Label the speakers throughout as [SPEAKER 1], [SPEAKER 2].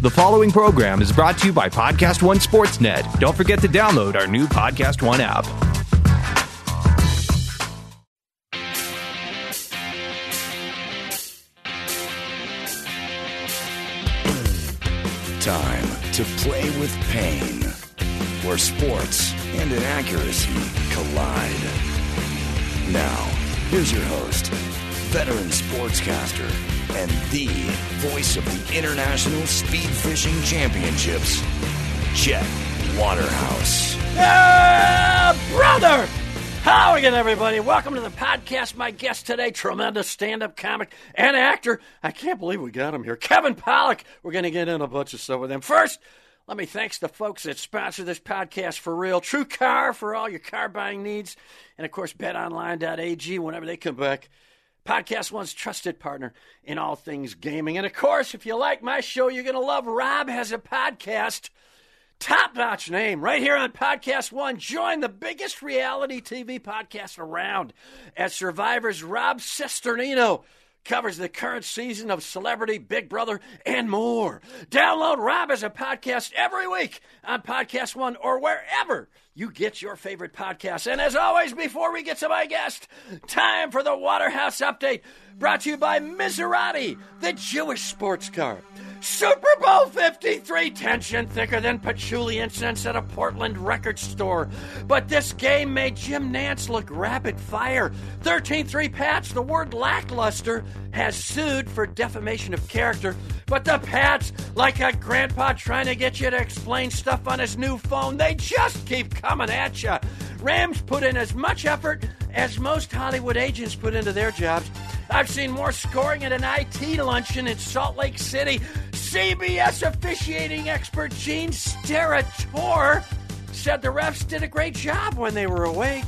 [SPEAKER 1] The following program is brought to you by Podcast One Sportsnet. Don't forget to download our new Podcast One app.
[SPEAKER 2] Time to play with pain, where sports and inaccuracy collide. Now, here's your host, veteran sportscaster, and the voice of the International Speed Fishing Championships, Chet Waterhouse.
[SPEAKER 3] Yeah, brother! How again, everybody? Welcome to the podcast. My guest today, tremendous stand-up comic and actor. I can't believe we got him here, Kevin Pollock. We're going to get in a bunch of stuff with him. First, let me thanks the folks that sponsor this podcast for real. True Car for all your car buying needs, and of course, BetOnline.ag. Whenever they come back. Podcast One's trusted partner in all things gaming. And of course, if you like my show, you're going to love Rob has a podcast top notch name right here on Podcast One. Join the biggest reality TV podcast around as Survivor's Rob Cisternino covers the current season of Celebrity, Big Brother, and more. Download Rob as a podcast every week on Podcast One or wherever you get your favorite podcasts. And as always, before we get to my guest, time for the Waterhouse Update brought to you by Miserati, the Jewish sports car. Super Bowl 53 tension thicker than patchouli incense at a Portland record store. But this game made Jim Nance look rapid fire. 13 3 Pats, the word lackluster, has sued for defamation of character. But the Pats, like a grandpa trying to get you to explain stuff on his new phone, they just keep coming at you. Rams put in as much effort as most Hollywood agents put into their jobs. I've seen more scoring at an IT luncheon in Salt Lake City. CBS officiating expert Gene Steratore said the refs did a great job when they were awake.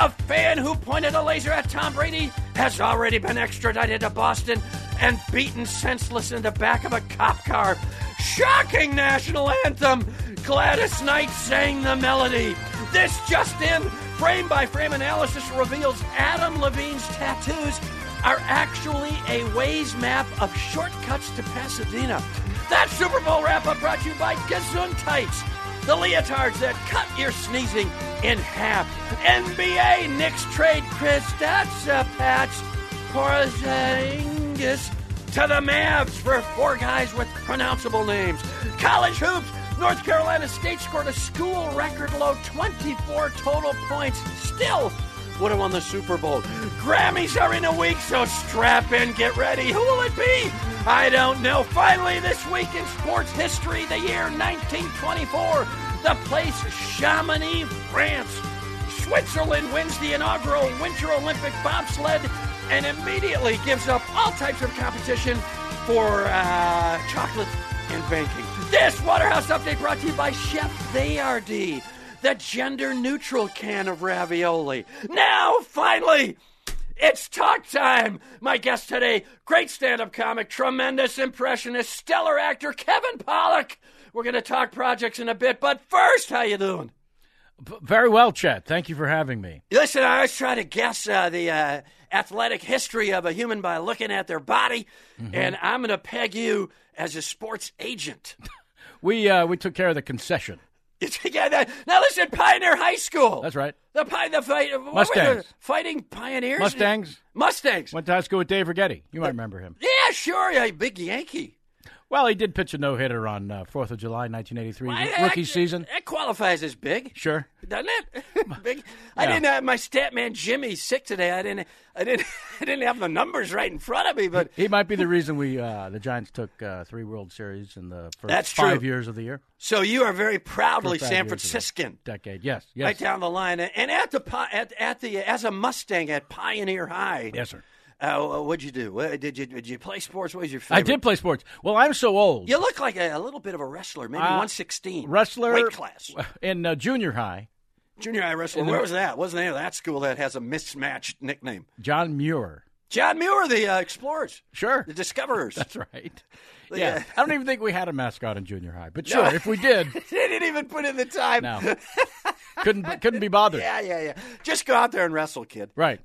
[SPEAKER 3] A fan who pointed a laser at Tom Brady has already been extradited to Boston and beaten senseless in the back of a cop car. Shocking national anthem! Gladys Knight sang the melody. This just in, frame by frame analysis reveals Adam Levine's tattoos are actually a ways map of shortcuts to Pasadena. That Super Bowl wrap up brought to you by Gesundheits, the leotards that cut your sneezing in half. NBA Knicks trade Chris Pats Porzingis to the Mavs for four guys with pronounceable names. College hoops. North Carolina State scored a school record low 24 total points. Still would have won the Super Bowl. Grammys are in a week, so strap in, get ready. Who will it be? I don't know. Finally, this week in sports history, the year 1924, the place Chamonix, France. Switzerland wins the inaugural Winter Olympic bobsled and immediately gives up all types of competition for uh, chocolate and banking. This Waterhouse update brought to you by Chef Thayardi, the gender neutral can of ravioli. Now, finally, it's talk time. My guest today, great stand up comic, tremendous impressionist, stellar actor Kevin Pollock. We're going to talk projects in a bit, but first, how you doing?
[SPEAKER 4] B- Very well, Chet. Thank you for having me.
[SPEAKER 3] Listen, I always try to guess uh, the uh, athletic history of a human by looking at their body,
[SPEAKER 4] Mm-hmm.
[SPEAKER 3] and I'm going to peg you as a sports agent.
[SPEAKER 4] We uh, we took care of the concession.
[SPEAKER 3] yeah, that, now listen, Pioneer High School.
[SPEAKER 4] That's right.
[SPEAKER 3] The pi- the fight, what were they,
[SPEAKER 4] Mustangs.
[SPEAKER 3] fighting pioneers.
[SPEAKER 4] Mustangs.
[SPEAKER 3] Mustangs.
[SPEAKER 4] Went to high school with Dave Rigetti. You might remember him.
[SPEAKER 3] Yeah, sure, yeah, big Yankee.
[SPEAKER 4] Well, he did pitch a no hitter on uh, Fourth of July, nineteen eighty three,
[SPEAKER 3] I-
[SPEAKER 4] rookie
[SPEAKER 3] I-
[SPEAKER 4] season.
[SPEAKER 3] That qualifies as big,
[SPEAKER 4] Sure.
[SPEAKER 3] doesn't it? big. I didn't have my stat man Jimmy's sick today. I didn't. I didn't. I didn't have the numbers right in front of me, but.
[SPEAKER 4] He might be the reason we uh, the Giants took uh, three World Series in the first
[SPEAKER 3] That's
[SPEAKER 4] five
[SPEAKER 3] true.
[SPEAKER 4] years of the year
[SPEAKER 3] So you are very proudly
[SPEAKER 4] For five
[SPEAKER 3] San
[SPEAKER 4] years ago.
[SPEAKER 3] Franciscan,
[SPEAKER 4] decade. Yes, yes,
[SPEAKER 3] right down the line, and at the pi- at, at the as a Mustang at Pioneer High.
[SPEAKER 4] yes, sir.
[SPEAKER 3] Uh, what'd you do? What, did you did you play sports? What was your favorite?
[SPEAKER 4] I did play sports. Well, I'm so old.
[SPEAKER 3] You look like a, a little bit of a wrestler, maybe
[SPEAKER 4] Uh,
[SPEAKER 3] one sixteen
[SPEAKER 4] Wrestler
[SPEAKER 3] weight class.
[SPEAKER 4] in uh, junior high.
[SPEAKER 3] Junior high wrestler.
[SPEAKER 4] And the-
[SPEAKER 3] Where was that? Wasn't there that school that has a mismatched nickname?
[SPEAKER 4] John Muir.
[SPEAKER 3] John Muir, the uh, explorers,
[SPEAKER 4] Sure.
[SPEAKER 3] the discoverers.
[SPEAKER 4] That's right. Yeah.
[SPEAKER 3] Yeah.
[SPEAKER 4] I don't even think we had a mascot in junior high, but sure, if we did,
[SPEAKER 3] they didn't even put in the time.
[SPEAKER 4] no, couldn't couldn't be bothered.
[SPEAKER 3] Yeah, yeah, yeah. Just go out there and wrestle, kid.
[SPEAKER 4] Right.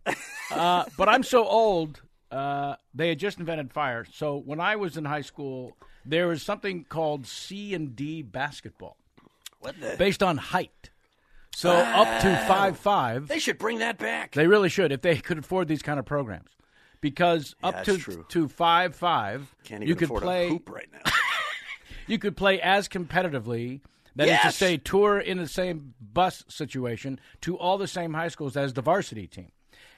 [SPEAKER 4] Uh, but I'm so old Uh, they had just invented fire. So when I was in high school, there was something called C and D basketball
[SPEAKER 3] What the?
[SPEAKER 4] based on height. So up to five five,
[SPEAKER 3] They should bring that back.
[SPEAKER 4] they really should if they could afford these kind of programs, because up
[SPEAKER 3] that's
[SPEAKER 4] to
[SPEAKER 3] true.
[SPEAKER 4] to five five,
[SPEAKER 3] Can't even
[SPEAKER 4] you could
[SPEAKER 3] afford a
[SPEAKER 4] play
[SPEAKER 3] hoop right now.
[SPEAKER 4] you could play as competitively. that is
[SPEAKER 3] Yes!
[SPEAKER 4] to say, tour in the same bus situation to all the same high schools as the varsity team.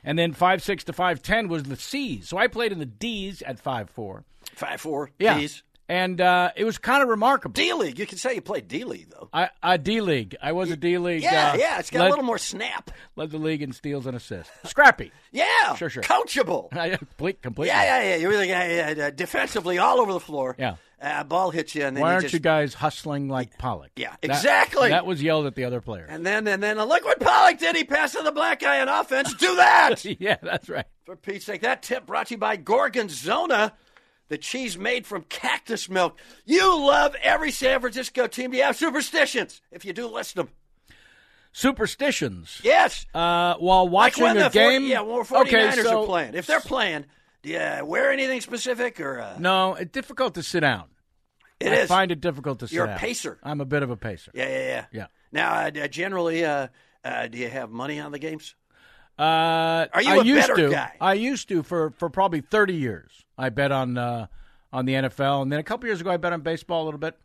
[SPEAKER 4] And then five six to five ten was the C's. So I played in the D's at five four.
[SPEAKER 3] Five four.
[SPEAKER 4] Yeah.
[SPEAKER 3] D's.
[SPEAKER 4] And uh, it was kind of remarkable.
[SPEAKER 3] D league. You can say you play D league though.
[SPEAKER 4] I, I D League. I was a D League.
[SPEAKER 3] Yeah,
[SPEAKER 4] uh,
[SPEAKER 3] yeah. It's got
[SPEAKER 4] led,
[SPEAKER 3] a little more snap.
[SPEAKER 4] Led the league in steals and assists. Scrappy.
[SPEAKER 3] Yeah.
[SPEAKER 4] Sure, sure.
[SPEAKER 3] Coachable.
[SPEAKER 4] I complete, completely.
[SPEAKER 3] Yeah, yeah, yeah. You're really yeah, yeah, defensively all over the floor.
[SPEAKER 4] Yeah.
[SPEAKER 3] Uh, ball hits you, and then
[SPEAKER 4] Why
[SPEAKER 3] you
[SPEAKER 4] aren't
[SPEAKER 3] just,
[SPEAKER 4] you guys hustling like Pollock?
[SPEAKER 3] Yeah,
[SPEAKER 4] That-
[SPEAKER 3] exactly.
[SPEAKER 4] That was yelled at the other player.
[SPEAKER 3] And then and then uh, look what Pollock did. He passed to the black guy on offense. Do that
[SPEAKER 4] yeah, that's right.
[SPEAKER 3] for Pete's sake. That tip brought to you by Gorgonzola, the cheese made from cactus milk. You love every San Francisco team. Do you have superstitions? If you do, list them.
[SPEAKER 4] Superstitions.
[SPEAKER 3] Yes.
[SPEAKER 4] Uh, while
[SPEAKER 3] Like
[SPEAKER 4] watching
[SPEAKER 3] when
[SPEAKER 4] a
[SPEAKER 3] the four-
[SPEAKER 4] game.
[SPEAKER 3] yeah, when 49ers
[SPEAKER 4] okay, so,
[SPEAKER 3] are playing. If they're playing, do you wear anything specific or uh,
[SPEAKER 4] No, it's difficult to sit down.
[SPEAKER 3] it
[SPEAKER 4] I
[SPEAKER 3] is?
[SPEAKER 4] find it difficult to sit
[SPEAKER 3] You're a
[SPEAKER 4] down.
[SPEAKER 3] pacer.
[SPEAKER 4] I'm a bit of a pacer.
[SPEAKER 3] yeah, yeah, yeah.
[SPEAKER 4] Yeah.
[SPEAKER 3] Now, uh, d- generally, uh, uh, do you have money on the games?
[SPEAKER 4] Uh,
[SPEAKER 3] Are you
[SPEAKER 4] I
[SPEAKER 3] a
[SPEAKER 4] used
[SPEAKER 3] better
[SPEAKER 4] to.
[SPEAKER 3] guy?
[SPEAKER 4] I used to for, for probably thirty years. I bet on uh, on the NFL, and then a couple years ago, I bet on baseball a little bit.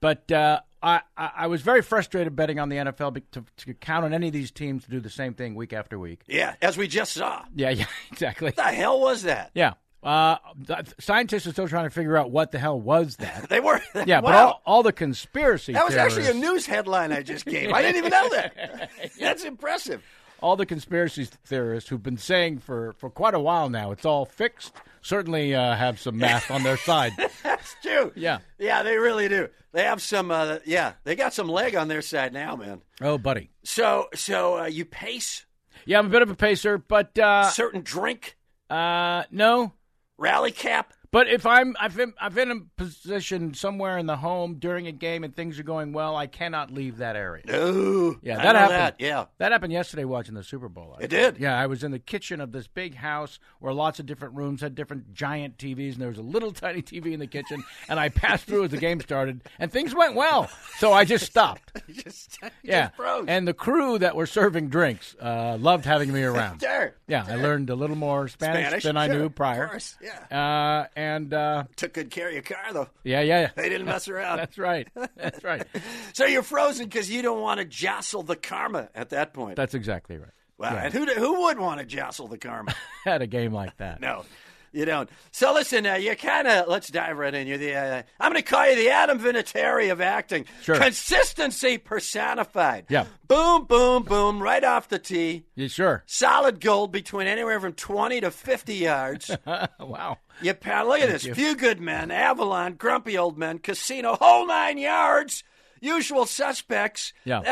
[SPEAKER 4] But uh, I, I I was very frustrated betting on the NFL be- to, to count on any of these teams to do the same thing week after week.
[SPEAKER 3] Yeah, as we just saw.
[SPEAKER 4] Yeah, yeah, exactly.
[SPEAKER 3] What the hell was that?
[SPEAKER 4] Yeah, uh, th- scientists are still trying to figure out what the hell was that.
[SPEAKER 3] They were. wow.
[SPEAKER 4] Yeah, but all, all the conspiracy
[SPEAKER 3] that was actually a
[SPEAKER 4] theorists-
[SPEAKER 3] news headline I just gave. I didn't even know that. That's impressive.
[SPEAKER 4] all the conspiracy theorists who've been saying for, for quite a while now it's all fixed certainly uh, have some math on their side.
[SPEAKER 3] That's true.
[SPEAKER 4] Yeah.
[SPEAKER 3] Yeah, they really do. They have some. Uh, yeah, they got some leg on their side now, man.
[SPEAKER 4] Oh, buddy.
[SPEAKER 3] So, so uh, you pace
[SPEAKER 4] Yeah, I'm a bit of a pacer, but uh,
[SPEAKER 3] certain drink,
[SPEAKER 4] uh, no.
[SPEAKER 3] rally cap.
[SPEAKER 4] But if I'm I've been I've been in a position somewhere in the home during a game and things are going well, I cannot leave that area.
[SPEAKER 3] Ooh.
[SPEAKER 4] Yeah,
[SPEAKER 3] I
[SPEAKER 4] that
[SPEAKER 3] know
[SPEAKER 4] happened.
[SPEAKER 3] That. Yeah,
[SPEAKER 4] That happened yesterday watching the Super Bowl.
[SPEAKER 3] it did.
[SPEAKER 4] Yeah, I was in the kitchen of this big house where lots of different rooms had different giant TVs, and there was a little tiny TV in the kitchen. And I passed through as the game started, and things went well. So I just stopped.
[SPEAKER 3] just,
[SPEAKER 4] Yeah,
[SPEAKER 3] just froze.
[SPEAKER 4] and the crew that were serving drinks uh, loved having me around.
[SPEAKER 3] Sure.
[SPEAKER 4] Yeah, I learned a little more Spanish,
[SPEAKER 3] Spanish,
[SPEAKER 4] than I
[SPEAKER 3] sure,
[SPEAKER 4] knew
[SPEAKER 3] of
[SPEAKER 4] prior.
[SPEAKER 3] course, yeah.
[SPEAKER 4] Uh, and uh,
[SPEAKER 3] Took good care of your car though.
[SPEAKER 4] yeah, yeah, yeah.
[SPEAKER 3] They didn't mess around.
[SPEAKER 4] that's right. That's right.
[SPEAKER 3] so you're frozen because you don't want to jostle the karma at that point.
[SPEAKER 4] That's exactly right.
[SPEAKER 3] Wow, and who who would want to jostle the karma?
[SPEAKER 4] Had a game like that.
[SPEAKER 3] no, you don't. So listen, uh, you're kind of let's dive right in. You're the uh, I'm going to call you the Adam Vinatieri of acting,
[SPEAKER 4] Sure.
[SPEAKER 3] consistency personified.
[SPEAKER 4] Yeah.
[SPEAKER 3] boom, boom, boom, right off the tee.
[SPEAKER 4] You sure?
[SPEAKER 3] Solid gold between anywhere from 20 to 50 yards.
[SPEAKER 4] wow.
[SPEAKER 3] you pound. Look at this. Few good men, Avalon, grumpy old men, casino, whole nine yards, usual suspects.
[SPEAKER 4] Yeah.
[SPEAKER 3] And,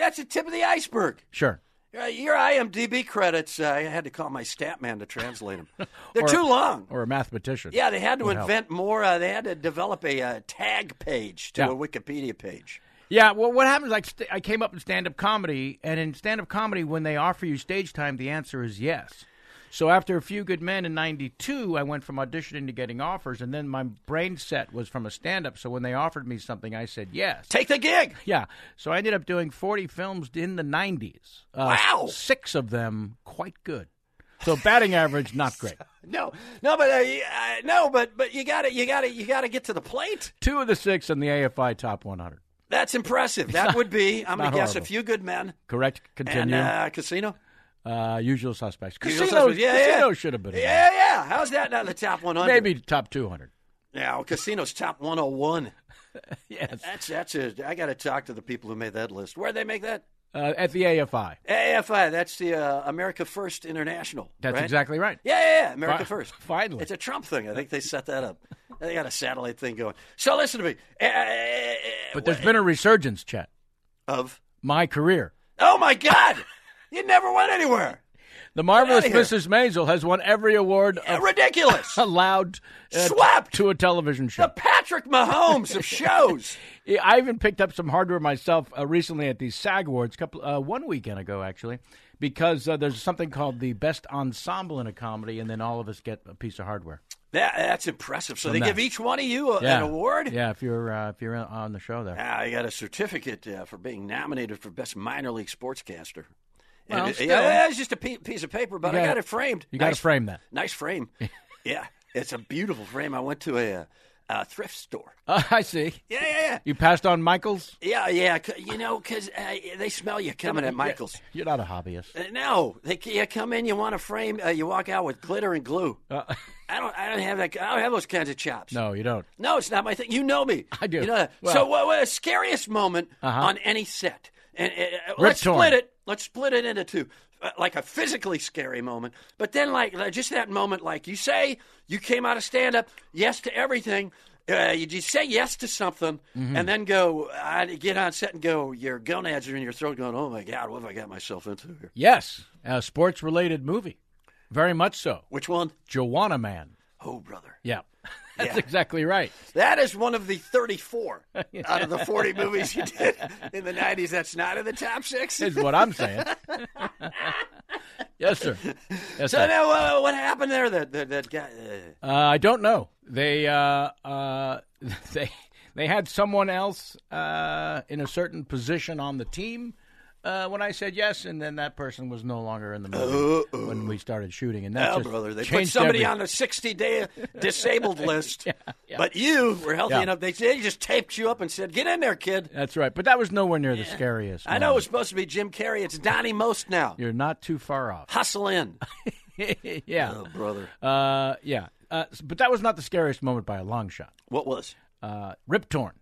[SPEAKER 3] uh, that's the tip of the iceberg.
[SPEAKER 4] Sure.
[SPEAKER 3] Uh, your IMDb credits, uh, I had to call my stat man to translate them. They're too long.
[SPEAKER 4] Or a mathematician.
[SPEAKER 3] yeah, they had to invent more. Uh, they had to develop a uh, tag page to
[SPEAKER 4] Yeah.
[SPEAKER 3] a Wikipedia page.
[SPEAKER 4] Yeah, well, what happens? Like, st- I came up in stand up comedy, and in stand up comedy, when they offer you stage time, the answer is yes. So after a few good men in '92, I went from auditioning to getting offers, and then my brain set was from a stand up. So when they offered me something, I said yes.
[SPEAKER 3] Take the gig.
[SPEAKER 4] Yeah. So I ended up doing 40 films in the 90s. Uh,
[SPEAKER 3] Wow.
[SPEAKER 4] Six of them quite good. So batting average, not great.
[SPEAKER 3] No, no, but uh, y- uh, no, but but you got to you got to you got to get to the plate.
[SPEAKER 4] Two of the six in the AFI top 100.
[SPEAKER 3] That's impressive. That would be. I'm gonna
[SPEAKER 4] Not
[SPEAKER 3] guess a
[SPEAKER 4] horrible.
[SPEAKER 3] few good men
[SPEAKER 4] Correct.
[SPEAKER 3] and
[SPEAKER 4] Continue.
[SPEAKER 3] uh, casino.
[SPEAKER 4] uh, usual suspects.
[SPEAKER 3] Usual
[SPEAKER 4] Casino,
[SPEAKER 3] Suspects, yeah, yeah.
[SPEAKER 4] casino should have been. in there.
[SPEAKER 3] Yeah, yeah. How's that not in the top 100?
[SPEAKER 4] Maybe top 200.
[SPEAKER 3] Now, casino's top 101.
[SPEAKER 4] Yes.
[SPEAKER 3] That's that's a. I got to talk to the people who made that list. Where'd they make that?
[SPEAKER 4] Uh, at the AFI.
[SPEAKER 3] AFI, that's the uh, America First International.
[SPEAKER 4] That's
[SPEAKER 3] right?
[SPEAKER 4] exactly right.
[SPEAKER 3] Yeah, yeah, yeah, America
[SPEAKER 4] Fi-
[SPEAKER 3] First.
[SPEAKER 4] finally.
[SPEAKER 3] It's a Trump thing. I think they set that up. They got a satellite thing going. So listen to me. Uh,
[SPEAKER 4] But there's been a resurgence, Chet.
[SPEAKER 3] of
[SPEAKER 4] My career.
[SPEAKER 3] oh my God, you never went anywhere.
[SPEAKER 4] The marvelous
[SPEAKER 3] outta here.
[SPEAKER 4] Mrs. Maisel has won every award
[SPEAKER 3] Uh, Ridiculous.
[SPEAKER 4] allowed uh,
[SPEAKER 3] Swept.
[SPEAKER 4] to a television show.
[SPEAKER 3] the Patrick Mahomes of shows.
[SPEAKER 4] Yeah, I even picked up some hardware myself uh, recently at the SAG Awards, couple uh, one weekend ago actually, because uh, there's something called the best ensemble in a comedy, and then all of us get a piece of hardware.
[SPEAKER 3] That, that's impressive. So they
[SPEAKER 4] that.
[SPEAKER 3] give each one of you a, an award?
[SPEAKER 4] Yeah, if you're uh, if you're in- on the show there.
[SPEAKER 3] Ah, I got a certificate uh, for being nominated for Best Minor League Sportscaster.
[SPEAKER 4] Well,
[SPEAKER 3] it,
[SPEAKER 4] still.
[SPEAKER 3] yeah, it's just a pe- piece of paper, but I
[SPEAKER 4] gotta-
[SPEAKER 3] got it framed.
[SPEAKER 4] You got to
[SPEAKER 3] Nice-
[SPEAKER 4] frame that.
[SPEAKER 3] Nice frame. yeah, it's a beautiful frame. I went to a, uh, a thrift store.
[SPEAKER 4] Uh, I see.
[SPEAKER 3] Yeah, yeah, yeah.
[SPEAKER 4] You passed on Michaels.
[SPEAKER 3] Yeah, yeah, 'cause- you know, because uh, they smell you coming at Michael's.
[SPEAKER 4] You're not a hobbyist.
[SPEAKER 3] Uh, No, they, you come in, you want a frame, uh, you walk out with glitter and glue.
[SPEAKER 4] Uh,
[SPEAKER 3] I don't, I don't have that. I don't have those kinds of chops.
[SPEAKER 4] No, you don't.
[SPEAKER 3] No, it's not my thing. You know me.
[SPEAKER 4] I do.
[SPEAKER 3] You know that.
[SPEAKER 4] Well- Uh-huh.
[SPEAKER 3] so, what, what scariest moment on any set? And uh, let's
[SPEAKER 4] Rip torn.
[SPEAKER 3] split it. Let's split it into two. Uh, like a physically scary moment, but then like like, just that moment, like you say, you came out of stand up, yes to everything. Uh, you just say yes to something,
[SPEAKER 4] Mm-hmm.
[SPEAKER 3] and then go I get on set and go. Your gonads are in your throat, going, "Oh my god, what have I got myself into here?"
[SPEAKER 4] Yes, a sports-related movie, very much so.
[SPEAKER 3] Which one?
[SPEAKER 4] Joanna Man.
[SPEAKER 3] Oh, brother,
[SPEAKER 4] Yeah, that's
[SPEAKER 3] Yeah.
[SPEAKER 4] exactly right.
[SPEAKER 3] that is one of the thirty-four out of the forty movies you did in the nineties. That's not in the top six.
[SPEAKER 4] Is what I'm saying. yes, sir. Yes,
[SPEAKER 3] So
[SPEAKER 4] sir.
[SPEAKER 3] now, uh, what happened there? That that, that guy. Uh,
[SPEAKER 4] Uh, I don't know. They uh, uh, they they had someone else uh, in a certain position on the team uh, when I said yes, and then that person was no longer in the movie when we started shooting, and that
[SPEAKER 3] oh,
[SPEAKER 4] just
[SPEAKER 3] brother! They put
[SPEAKER 4] changed
[SPEAKER 3] somebody
[SPEAKER 4] everything.
[SPEAKER 3] on the sixty-day disabled list, but you were healthy
[SPEAKER 4] Yeah.
[SPEAKER 3] enough. They they just taped you up and said, "Get in there, kid."
[SPEAKER 4] That's right, but that was nowhere near the scariest.
[SPEAKER 3] I know
[SPEAKER 4] moment.
[SPEAKER 3] it was supposed to be Jim Carrey. It's Donnie Most now.
[SPEAKER 4] You're not too far off.
[SPEAKER 3] Hustle in, Oh,
[SPEAKER 4] yeah,
[SPEAKER 3] brother.
[SPEAKER 4] uh, yeah, uh, s- but that was not the scariest moment by a long shot.
[SPEAKER 3] What was?
[SPEAKER 4] Uh, Rip Torn.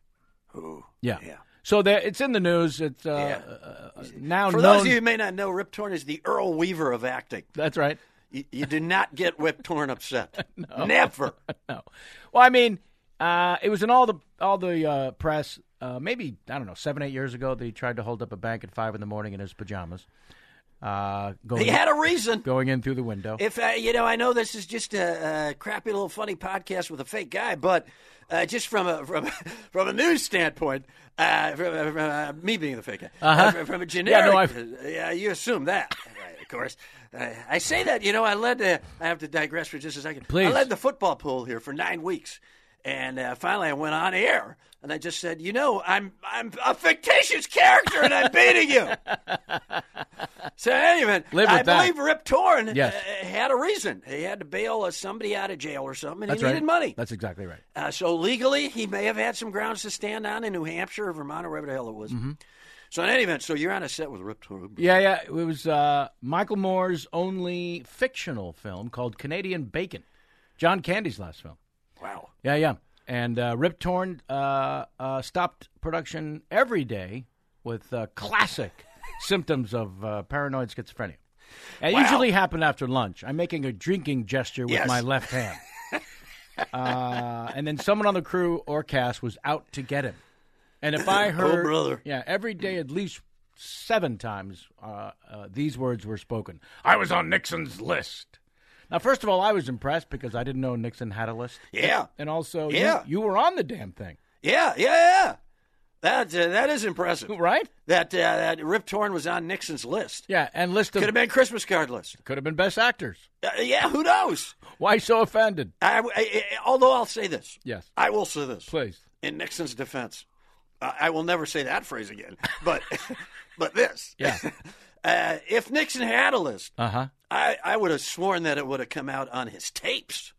[SPEAKER 3] Ooh.
[SPEAKER 4] Yeah.
[SPEAKER 3] Yeah.
[SPEAKER 4] So there, it's in the news. It's uh,
[SPEAKER 3] Yeah.
[SPEAKER 4] uh, uh, now
[SPEAKER 3] For
[SPEAKER 4] known.
[SPEAKER 3] those of you who may not know, Rip Torn is the Earl Weaver of acting.
[SPEAKER 4] That's right.
[SPEAKER 3] You, you do not get Rip Torn upset. Never.
[SPEAKER 4] No. Well, I mean, uh, it was in all the all the uh, press. Uh, maybe I don't know, seven eight years ago, that he tried to hold up a bank at five in the morning in his pajamas, uh, going
[SPEAKER 3] He had a reason.
[SPEAKER 4] going in through the window.
[SPEAKER 3] If uh, you know, I know this is just a, a crappy little funny podcast with a fake guy, but uh, just from a from from a news standpoint, uh, from, from uh, me being the fake guy, uh, from, from a generic,
[SPEAKER 4] Uh-huh. no,
[SPEAKER 3] uh, yeah, you assume that, right, of course. Uh, I say that, you know, I led. Uh, I have to digress for just a second.
[SPEAKER 4] Please.
[SPEAKER 3] I led the football pool here for nine weeks, and uh, finally I went on air. And I just said, you know, I'm I'm a fictitious character, and I'm beating you. so anyway,
[SPEAKER 4] Live with
[SPEAKER 3] I
[SPEAKER 4] that.
[SPEAKER 3] believe Rip Torn
[SPEAKER 4] Yes.
[SPEAKER 3] uh, had a reason. He had to bail uh, somebody out of jail or something, and
[SPEAKER 4] That's
[SPEAKER 3] he
[SPEAKER 4] right.
[SPEAKER 3] needed money.
[SPEAKER 4] That's exactly right.
[SPEAKER 3] Uh, so legally, he may have had some grounds to stand on in New Hampshire or Vermont or wherever the hell it was.
[SPEAKER 4] Mm-hmm.
[SPEAKER 3] So in any event, so you're on a set with Rip Torn.
[SPEAKER 4] Yeah, yeah. It was uh, Michael Moore's only fictional film called Canadian Bacon, John Candy's last film.
[SPEAKER 3] Wow.
[SPEAKER 4] Yeah, yeah. And uh, Rip Torn uh, uh, stopped production every day with uh, classic symptoms of uh, paranoid schizophrenia. It
[SPEAKER 3] Wow.
[SPEAKER 4] usually happened after lunch. I'm making a drinking gesture with
[SPEAKER 3] Yes.
[SPEAKER 4] my left hand. uh, and then someone on the crew or cast was out to get him. And if I heard,
[SPEAKER 3] Oh, brother.
[SPEAKER 4] yeah, every day at least seven times, uh, uh, these words were spoken. I was on Nixon's list. Now, first of all, I was impressed because I didn't know Nixon had a list.
[SPEAKER 3] Yeah.
[SPEAKER 4] And also, you-
[SPEAKER 3] Yeah.
[SPEAKER 4] you, were on the damn thing,
[SPEAKER 3] Yeah. Yeah. Yeah. That uh, that is impressive.
[SPEAKER 4] right?
[SPEAKER 3] That uh, that Rip Torn was on Nixon's list.
[SPEAKER 4] Yeah, and list of
[SPEAKER 3] Could have been Christmas card list.
[SPEAKER 4] could have been best actors.
[SPEAKER 3] Uh, yeah. Who knows?
[SPEAKER 4] Why so offended?
[SPEAKER 3] I, I- I- although I'll say this.
[SPEAKER 4] Yes,
[SPEAKER 3] I will say this.
[SPEAKER 4] please.
[SPEAKER 3] in Nixon's defense, I I will never say that phrase again. But, but this,
[SPEAKER 4] Yeah.
[SPEAKER 3] uh, if Nixon had a list,
[SPEAKER 4] Uh huh.
[SPEAKER 3] I, I would have sworn that it would have come out on his tapes.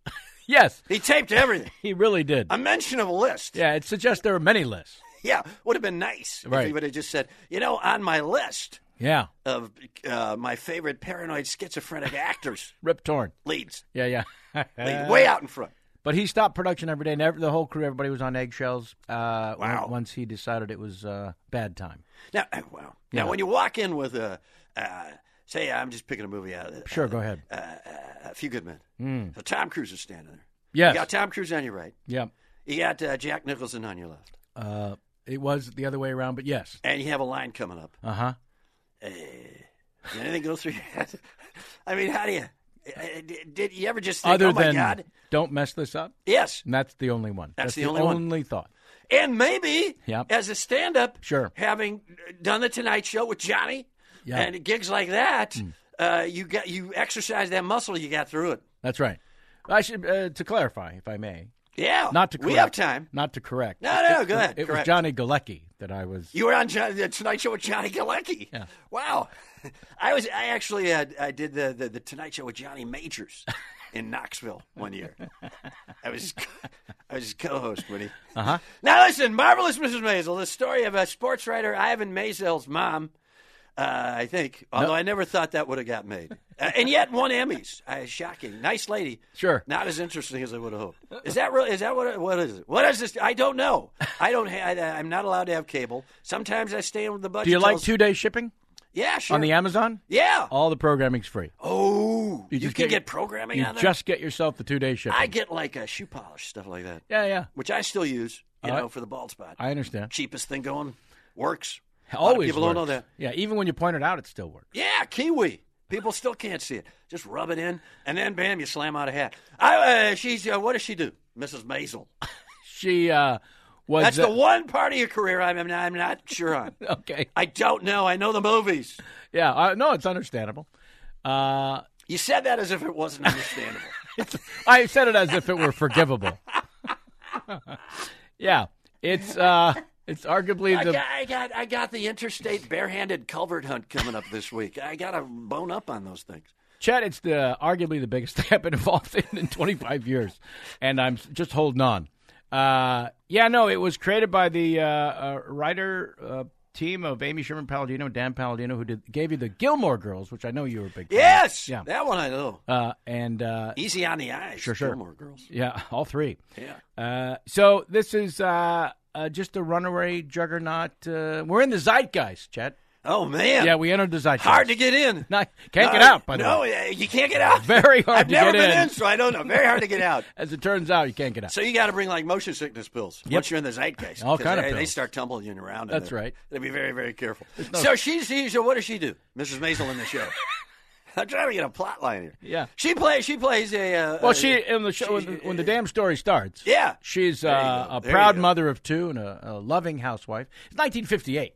[SPEAKER 4] Yes,
[SPEAKER 3] He taped everything.
[SPEAKER 4] he really did.
[SPEAKER 3] A mention of a list, yeah,
[SPEAKER 4] yeah, it suggests there are many lists.
[SPEAKER 3] would have been nice if
[SPEAKER 4] Right.
[SPEAKER 3] he would have just said, you know, on my list
[SPEAKER 4] Yeah,
[SPEAKER 3] of uh, my favorite paranoid schizophrenic actors,
[SPEAKER 4] Rip Torn.
[SPEAKER 3] leads,
[SPEAKER 4] Yeah, yeah.
[SPEAKER 3] lead way out in front.
[SPEAKER 4] but he stopped production every day, and every, the whole crew, everybody was on eggshells. Uh, on-
[SPEAKER 3] Wow.
[SPEAKER 4] Once he decided it was uh, bad time.
[SPEAKER 3] Now, uh, wow. Now, when you walk in with a, uh, say, I'm just picking a movie out of it.
[SPEAKER 4] Sure, Hmm. go ahead.
[SPEAKER 3] A few good men. So Tom Cruise is standing there.
[SPEAKER 4] Yes.
[SPEAKER 3] You got Tom Cruise on your right.
[SPEAKER 4] yeah.
[SPEAKER 3] You got uh, Jack Nicholson on your left.
[SPEAKER 4] Uh, it was the other way around, but yes.
[SPEAKER 3] And you have a line coming up.
[SPEAKER 4] Uh huh.
[SPEAKER 3] Did anything go through your head? I mean, how do you? uh, Did, did you ever just think,
[SPEAKER 4] Other
[SPEAKER 3] oh my
[SPEAKER 4] than
[SPEAKER 3] God?
[SPEAKER 4] don't mess this up,
[SPEAKER 3] Yes.
[SPEAKER 4] and that's the only one.
[SPEAKER 3] That's the only one.
[SPEAKER 4] thought.
[SPEAKER 3] And maybe
[SPEAKER 4] Yep.
[SPEAKER 3] as a stand up,
[SPEAKER 4] Sure.
[SPEAKER 3] having done the Tonight Show with Johnny
[SPEAKER 4] Yeah.
[SPEAKER 3] and gigs like that,
[SPEAKER 4] Mm.
[SPEAKER 3] uh, you got you exercise that muscle, you got through it.
[SPEAKER 4] That's right. I should uh, to clarify, if I may,
[SPEAKER 3] Yeah.
[SPEAKER 4] not to correct,
[SPEAKER 3] We have time.
[SPEAKER 4] Not to correct.
[SPEAKER 3] No, no,
[SPEAKER 4] It-
[SPEAKER 3] go ahead.
[SPEAKER 4] It was
[SPEAKER 3] Correct.
[SPEAKER 4] Johnny Galecki that I was.
[SPEAKER 3] You were on John, the Tonight Show with Johnny Galecki.
[SPEAKER 4] Yeah.
[SPEAKER 3] Wow, I was. I actually had. I did the, the the Tonight Show with Johnny Majors in Knoxville one year. I was I was his co-host, Woody. Uh
[SPEAKER 4] Uh-huh.
[SPEAKER 3] huh. Now listen, marvelous Mrs. Maisel, the story of a sports writer Ivan Maisel's mom. Uh, I think, although I never thought that would have got made, uh, and yet won Emmys. Uh, shocking, nice lady.
[SPEAKER 4] Sure.
[SPEAKER 3] not as interesting as I would have hoped. Is that really? Is that what? What is it? What is this? I don't know. I don't. Ha- I, I'm not allowed to have cable. Sometimes I stay on the budget.
[SPEAKER 4] Do you like
[SPEAKER 3] tells-
[SPEAKER 4] two day shipping
[SPEAKER 3] Yeah, sure.
[SPEAKER 4] on the Amazon?
[SPEAKER 3] yeah.
[SPEAKER 4] All the programming's free.
[SPEAKER 3] Oh, you,
[SPEAKER 4] just
[SPEAKER 3] can
[SPEAKER 4] get-
[SPEAKER 3] get, programming
[SPEAKER 4] you
[SPEAKER 3] on there.
[SPEAKER 4] just get yourself the two day shipping.
[SPEAKER 3] I get like a shoe polish stuff like that,
[SPEAKER 4] yeah, yeah.
[SPEAKER 3] which I still use. You
[SPEAKER 4] All
[SPEAKER 3] know,
[SPEAKER 4] right.
[SPEAKER 3] for the bald spot,
[SPEAKER 4] I understand.
[SPEAKER 3] cheapest thing going works. A lot of
[SPEAKER 4] Always
[SPEAKER 3] people
[SPEAKER 4] works.
[SPEAKER 3] don't know that.
[SPEAKER 4] Yeah, even when you point it out, it still works.
[SPEAKER 3] Yeah, kiwi. People still can't see it. Just rub it in, and then bam, you slam out a hat. I, uh, she's uh, what does she do, Mrs. Maisel?
[SPEAKER 4] She uh, was.
[SPEAKER 3] That's the
[SPEAKER 4] uh,
[SPEAKER 3] one part of your career I'm, I'm, not, I'm not sure on.
[SPEAKER 4] Okay.
[SPEAKER 3] I don't know. I know the movies.
[SPEAKER 4] Yeah. Uh, no, it's understandable. Uh,
[SPEAKER 3] You said that as if it wasn't understandable.
[SPEAKER 4] I said it as if it were forgivable. yeah, it's uh, it's arguably
[SPEAKER 3] I,
[SPEAKER 4] the
[SPEAKER 3] got, I got I got the interstate barehanded culvert hunt coming up this week. I got to bone up on those things.
[SPEAKER 4] Chad, it's the arguably the biggest thing I've been involved in in 25 years, and I'm s- just holding on. Uh, yeah, no, it was created by the uh, uh, writer uh, team of Amy Sherman Palladino, Dan Palladino, who did, gave you the Gilmore Girls, which I know you were a big fan of.
[SPEAKER 3] Yes,
[SPEAKER 4] Yeah.
[SPEAKER 3] that one I know.
[SPEAKER 4] Uh, and uh,
[SPEAKER 3] Easy on the eyes. Sure,
[SPEAKER 4] sure.
[SPEAKER 3] Gilmore Girls.
[SPEAKER 4] yeah, all three.
[SPEAKER 3] Yeah.
[SPEAKER 4] Uh, so this is uh, uh, just a runaway juggernaut. Uh, we're in the zeitgeist, Chad.
[SPEAKER 3] Oh man.
[SPEAKER 4] Yeah, we entered the zeitgeist.
[SPEAKER 3] Hard to get in.
[SPEAKER 4] Not, can't get out, by the
[SPEAKER 3] no,
[SPEAKER 4] way.
[SPEAKER 3] uh, you can't get out.
[SPEAKER 4] Very hard
[SPEAKER 3] I've
[SPEAKER 4] to
[SPEAKER 3] never
[SPEAKER 4] get
[SPEAKER 3] been
[SPEAKER 4] in.
[SPEAKER 3] in. so I don't know. Very hard to get out.
[SPEAKER 4] As it turns out, you can't get out.
[SPEAKER 3] So you got to bring like motion sickness pills once you're in the zeitgeist.
[SPEAKER 4] All
[SPEAKER 3] 'cause
[SPEAKER 4] kind of
[SPEAKER 3] they, they
[SPEAKER 4] pills.
[SPEAKER 3] start tumbling you around. in
[SPEAKER 4] That's
[SPEAKER 3] there.
[SPEAKER 4] right.
[SPEAKER 3] They'll be very, very careful. So she's she's so what does she do, Mrs. Maisel in the show? I'm trying to get a plot line here.
[SPEAKER 4] Yeah.
[SPEAKER 3] she plays she plays a uh,
[SPEAKER 4] Well,
[SPEAKER 3] a-
[SPEAKER 4] she in the show when the, when the damn story starts.
[SPEAKER 3] eh, Yeah.
[SPEAKER 4] she's
[SPEAKER 3] There you
[SPEAKER 4] uh,
[SPEAKER 3] go.
[SPEAKER 4] a
[SPEAKER 3] There you
[SPEAKER 4] proud
[SPEAKER 3] go.
[SPEAKER 4] mother of two and a, a loving housewife. It's 1958.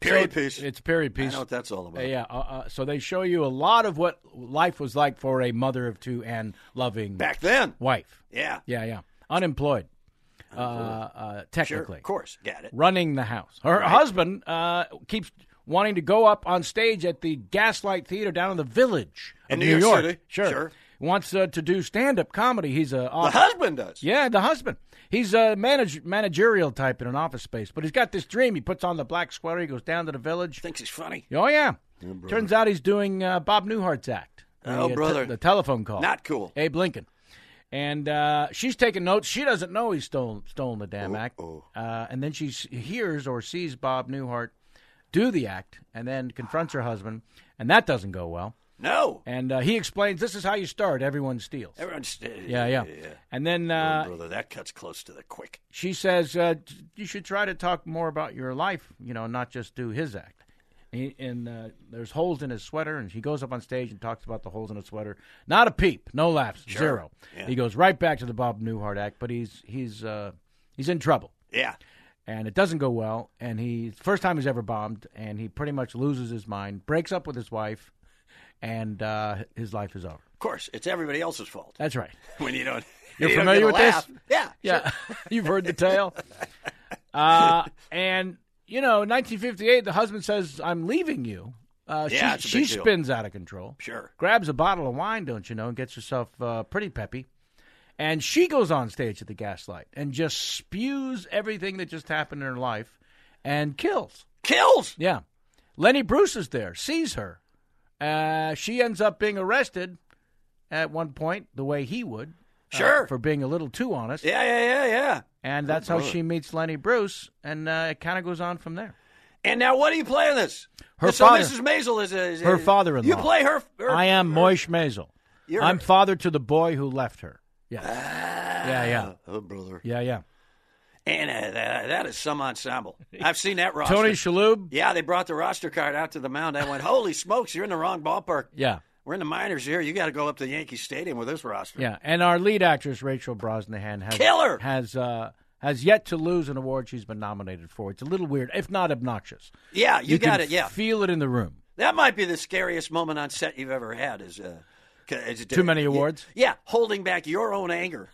[SPEAKER 3] period
[SPEAKER 4] So
[SPEAKER 3] piece.
[SPEAKER 4] It's a period
[SPEAKER 3] I
[SPEAKER 4] piece.
[SPEAKER 3] know what that's all about.
[SPEAKER 4] Uh, yeah. Uh, uh, so they show you a lot of what life was like for a mother of two and loving
[SPEAKER 3] Back then,
[SPEAKER 4] wife.
[SPEAKER 3] yeah,
[SPEAKER 4] Yeah, yeah. Unemployed. Uh, uh,
[SPEAKER 3] sure,
[SPEAKER 4] technically,
[SPEAKER 3] of course, got it.
[SPEAKER 4] running the house. Her husband uh, keeps wanting to go up on stage at the Gaslight Theater down in the Village of
[SPEAKER 3] In New
[SPEAKER 4] New
[SPEAKER 3] York
[SPEAKER 4] York.
[SPEAKER 3] City,
[SPEAKER 4] Sure.
[SPEAKER 3] sure.
[SPEAKER 4] Wants uh, to do stand-up comedy. He's a
[SPEAKER 3] The husband does.
[SPEAKER 4] yeah, the husband. He's a manage, managerial type in an office space, but he's got this dream. He puts on the black sweater. He goes down to the village.
[SPEAKER 3] thinks he's funny.
[SPEAKER 4] Oh yeah. Turns out he's doing uh, Bob Newhart's act. The,
[SPEAKER 3] Oh,
[SPEAKER 4] uh, te-
[SPEAKER 3] brother.
[SPEAKER 4] the telephone call.
[SPEAKER 3] Not cool.
[SPEAKER 4] Abe Lincoln. And uh, she's taking notes. She doesn't know he's stolen stolen the damn act. Uh, and then she s- hears or sees Bob Newhart do the act, and then confronts her husband, and that doesn't go well.
[SPEAKER 3] No,
[SPEAKER 4] And uh, he explains, "This is how you start. Everyone steals."
[SPEAKER 3] everyone's
[SPEAKER 4] yeah, yeah. And then uh,
[SPEAKER 3] uh, brother, that cuts close to the quick.
[SPEAKER 4] she says uh, you should try to talk more about your life, you know, not just do his act. He, and uh, there's holes in his sweater, and he goes up on stage and talks about the holes in his sweater. Not a peep, no laughs, zero. He goes right back to the Bob Newhart act, but he's he's uh, he's in trouble,
[SPEAKER 3] Yeah,
[SPEAKER 4] and it doesn't go well. And he first time he's ever bombed, and he pretty much loses his mind, breaks up with his wife, and uh, his life is over.
[SPEAKER 3] of course, it's everybody else's fault
[SPEAKER 4] That's right.
[SPEAKER 3] when you don't.
[SPEAKER 4] You're
[SPEAKER 3] you don't get
[SPEAKER 4] familiar
[SPEAKER 3] a
[SPEAKER 4] with this?
[SPEAKER 3] laugh. Yeah,
[SPEAKER 4] Yeah, you've heard the tale. Uh, and you know, 1958, the husband says, "I'm leaving you." Uh,
[SPEAKER 3] Yeah,
[SPEAKER 4] she
[SPEAKER 3] it's a
[SPEAKER 4] she
[SPEAKER 3] big deal.
[SPEAKER 4] spins out of control.
[SPEAKER 3] Sure.
[SPEAKER 4] grabs a bottle of wine, don't you know, and gets herself uh, pretty peppy. And she goes on stage at the Gaslight and just spews everything that just happened in her life, and kills.
[SPEAKER 3] kills.
[SPEAKER 4] Yeah, Lenny Bruce is there, sees her. Uh, she ends up being arrested at one point, the way he would, uh,
[SPEAKER 3] Sure.
[SPEAKER 4] for being a little too honest.
[SPEAKER 3] Yeah, yeah, yeah, yeah.
[SPEAKER 4] And that's how she meets Lenny Bruce, and uh, it kind of goes on from there.
[SPEAKER 3] And now, what do you play in this?
[SPEAKER 4] Her
[SPEAKER 3] so
[SPEAKER 4] father-
[SPEAKER 3] Mrs. Maisel is, a, is a-
[SPEAKER 4] Her father-in-law.
[SPEAKER 3] You play her. her
[SPEAKER 4] I am
[SPEAKER 3] her-
[SPEAKER 4] Moish Maisel.
[SPEAKER 3] You're-
[SPEAKER 4] I'm
[SPEAKER 3] Ah.
[SPEAKER 4] father to the boy who left her. Yes. yeah, yeah,
[SPEAKER 3] Oh, brother.
[SPEAKER 4] yeah, yeah.
[SPEAKER 3] And uh, that, that is some ensemble. I've seen that roster.
[SPEAKER 4] Tony Shalhoub.
[SPEAKER 3] Yeah, they brought the roster card out to the mound. I went, holy smokes, you're in the wrong ballpark.
[SPEAKER 4] Yeah.
[SPEAKER 3] We're in the minors here. You got to go up to Yankee Stadium with this roster.
[SPEAKER 4] Yeah, and our lead actress Rachel Brosnahan has
[SPEAKER 3] Killer!
[SPEAKER 4] has uh, has yet to lose an award she's been nominated for. It's a little weird, if not obnoxious.
[SPEAKER 3] Yeah, you, got
[SPEAKER 4] can
[SPEAKER 3] it. Yeah,
[SPEAKER 4] feel it in the room.
[SPEAKER 3] that might be the scariest moment on set you've ever had. Is uh, c- is- uh,
[SPEAKER 4] Too many awards?
[SPEAKER 3] Yeah, holding back your own anger.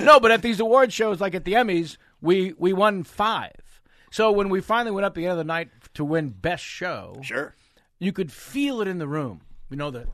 [SPEAKER 4] No, but at these award shows, like at the Emmys, we we won five. So when we finally went up the end of the night to win Best Show,
[SPEAKER 3] Sure.
[SPEAKER 4] you could feel it in the room. You know the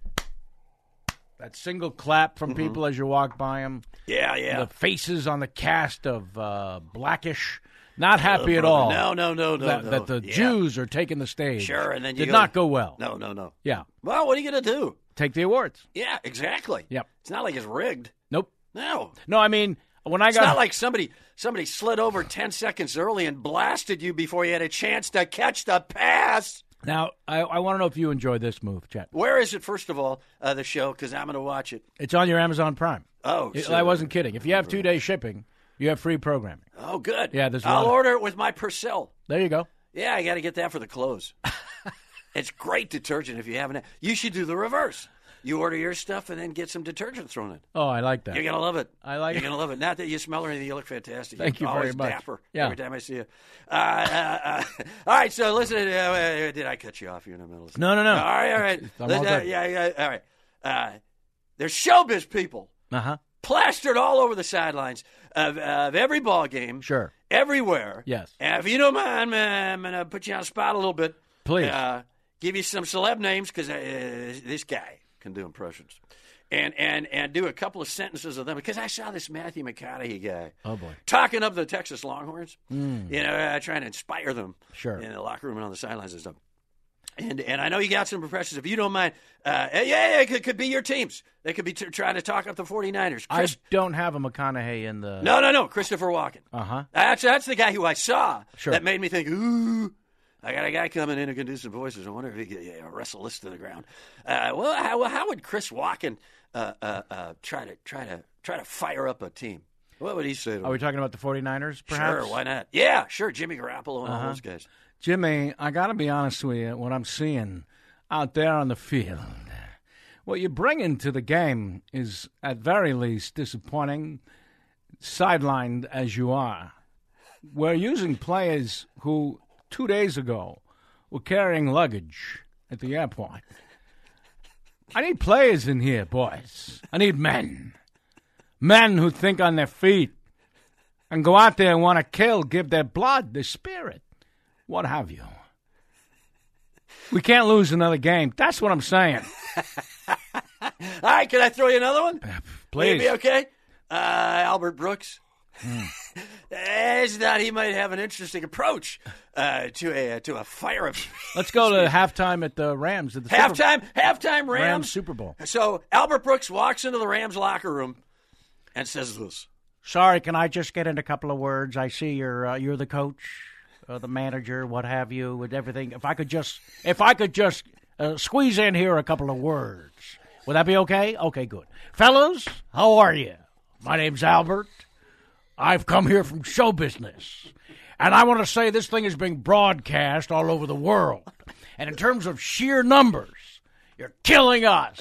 [SPEAKER 4] that single clap from people as you walk by them.
[SPEAKER 3] Yeah, Mm-hmm. yeah.
[SPEAKER 4] The faces on the cast of uh, Blackish, not happy at all.
[SPEAKER 3] Uh, No, no, no, no.
[SPEAKER 4] that,
[SPEAKER 3] no.
[SPEAKER 4] that the
[SPEAKER 3] Yeah.
[SPEAKER 4] Jews are taking the stage.
[SPEAKER 3] Sure, and then you
[SPEAKER 4] did
[SPEAKER 3] go-
[SPEAKER 4] not go well.
[SPEAKER 3] No, no, no.
[SPEAKER 4] Yeah,
[SPEAKER 3] Well, what are you gonna do?
[SPEAKER 4] take the awards.
[SPEAKER 3] Yeah, exactly.
[SPEAKER 4] Yep.
[SPEAKER 3] It's not like it's rigged.
[SPEAKER 4] Nope.
[SPEAKER 3] No.
[SPEAKER 4] No, I mean when I
[SPEAKER 3] It's
[SPEAKER 4] got
[SPEAKER 3] not like somebody somebody slid over ten seconds early and blasted you before you had a chance to catch the pass.
[SPEAKER 4] now, I, I want to know if you enjoy this move, Chet.
[SPEAKER 3] Where is it? First of all, uh, the show because I'm gonna watch it.
[SPEAKER 4] It's on your Amazon Prime.
[SPEAKER 3] Oh,
[SPEAKER 4] It-
[SPEAKER 3] so-
[SPEAKER 4] I wasn't kidding. If you have two day shipping, you have free programming.
[SPEAKER 3] Oh, good.
[SPEAKER 4] Yeah, there's a lot
[SPEAKER 3] I'll
[SPEAKER 4] of-
[SPEAKER 3] order it with my Purcell.
[SPEAKER 4] There you go.
[SPEAKER 3] Yeah, I got to get that for the clothes. it's great detergent if you haven't. You should do the reverse. You order your stuff and then get some detergent thrown in.
[SPEAKER 4] Oh, I like that.
[SPEAKER 3] You're gonna love it.
[SPEAKER 4] I like
[SPEAKER 3] You're
[SPEAKER 4] it.
[SPEAKER 3] gonna love it. Not that you smell or anything. You look fantastic.
[SPEAKER 4] Thank
[SPEAKER 3] You're
[SPEAKER 4] you very
[SPEAKER 3] always
[SPEAKER 4] much.
[SPEAKER 3] Dapper.
[SPEAKER 4] Yeah.
[SPEAKER 3] Every time I see you. Uh, uh, uh, all right. So listen. Uh, uh, did I cut you off? You're in the middle. Of
[SPEAKER 4] No, no, no.
[SPEAKER 3] All right. All right.
[SPEAKER 4] I'm all
[SPEAKER 3] Listen, uh,
[SPEAKER 4] good.
[SPEAKER 3] yeah, yeah. All right. Uh, there's showbiz people
[SPEAKER 4] Uh huh.
[SPEAKER 3] plastered all over the sidelines of, of every ball game.
[SPEAKER 4] Sure.
[SPEAKER 3] Everywhere.
[SPEAKER 4] Yes.
[SPEAKER 3] And if you don't mind, man, I'm gonna put you on the spot a little bit.
[SPEAKER 4] Please.
[SPEAKER 3] Uh, give you some celeb names because uh, this guy can do impressions, and and and do a couple of sentences of them because I saw this Matthew McConaughey guy.
[SPEAKER 4] Oh, boy.
[SPEAKER 3] Talking up the Texas Longhorns. You know, uh, trying to inspire them.
[SPEAKER 4] Hmm. Sure.
[SPEAKER 3] In the locker room and on the sidelines and stuff. And and I know you got some impressions. If you don't mind, uh, yeah, yeah, it could, could be your teams. They could be t- trying to talk up the 49ers.
[SPEAKER 4] I
[SPEAKER 3] Chris,
[SPEAKER 4] don't have a McConaughey in the.
[SPEAKER 3] no, no, no. Christopher Walken.
[SPEAKER 4] Uh huh.
[SPEAKER 3] That's that's the guy who I saw
[SPEAKER 4] Sure.
[SPEAKER 3] that made me think, ooh, I got a guy coming in who can do some voices. I wonder if he could yeah, wrestle this to the ground. Uh, well, how, well, how would Chris Walken uh, uh, uh, try to try to try to fire up a team? What would he say? To
[SPEAKER 4] Are we
[SPEAKER 3] him?
[SPEAKER 4] talking about the 49ers, perhaps? Uh-huh.
[SPEAKER 3] Sure, why not? Yeah, sure. Jimmy Garoppolo and all those guys.
[SPEAKER 4] Jimmy, I got to be honest with you. What I'm seeing out there on the field, what you're bringing to the game is, at very least, disappointing, sidelined as you are. We're using players who two days ago were carrying luggage at the airport. I need players in here, boys. I need men. Men who think on their feet and go out there and want to kill, give their blood, their spirit what have you. We can't lose another game. That's what I'm saying.
[SPEAKER 3] All right, can I throw you another one?
[SPEAKER 4] Please. Hmm.
[SPEAKER 3] Maybe okay. Uh, Albert Brooks. As that he might have an interesting approach uh, to a to a fire up.
[SPEAKER 4] Let's go to halftime at the Rams. At the Super-
[SPEAKER 3] halftime, halftime Rams.
[SPEAKER 4] Rams Super Bowl.
[SPEAKER 3] So Albert Brooks walks into the Rams locker room and says this.
[SPEAKER 4] Sorry, can I just get in a couple of words? I see you're uh, you're the coach, uh, the manager, what have you, with everything. If I could just if I could just uh, squeeze in here a couple of words, would that be okay? Okay, good, fellas. How are you? My name's Albert. I've come here from show business. And I want to say this thing is being broadcast all over the world. And in terms of sheer numbers, you're killing us.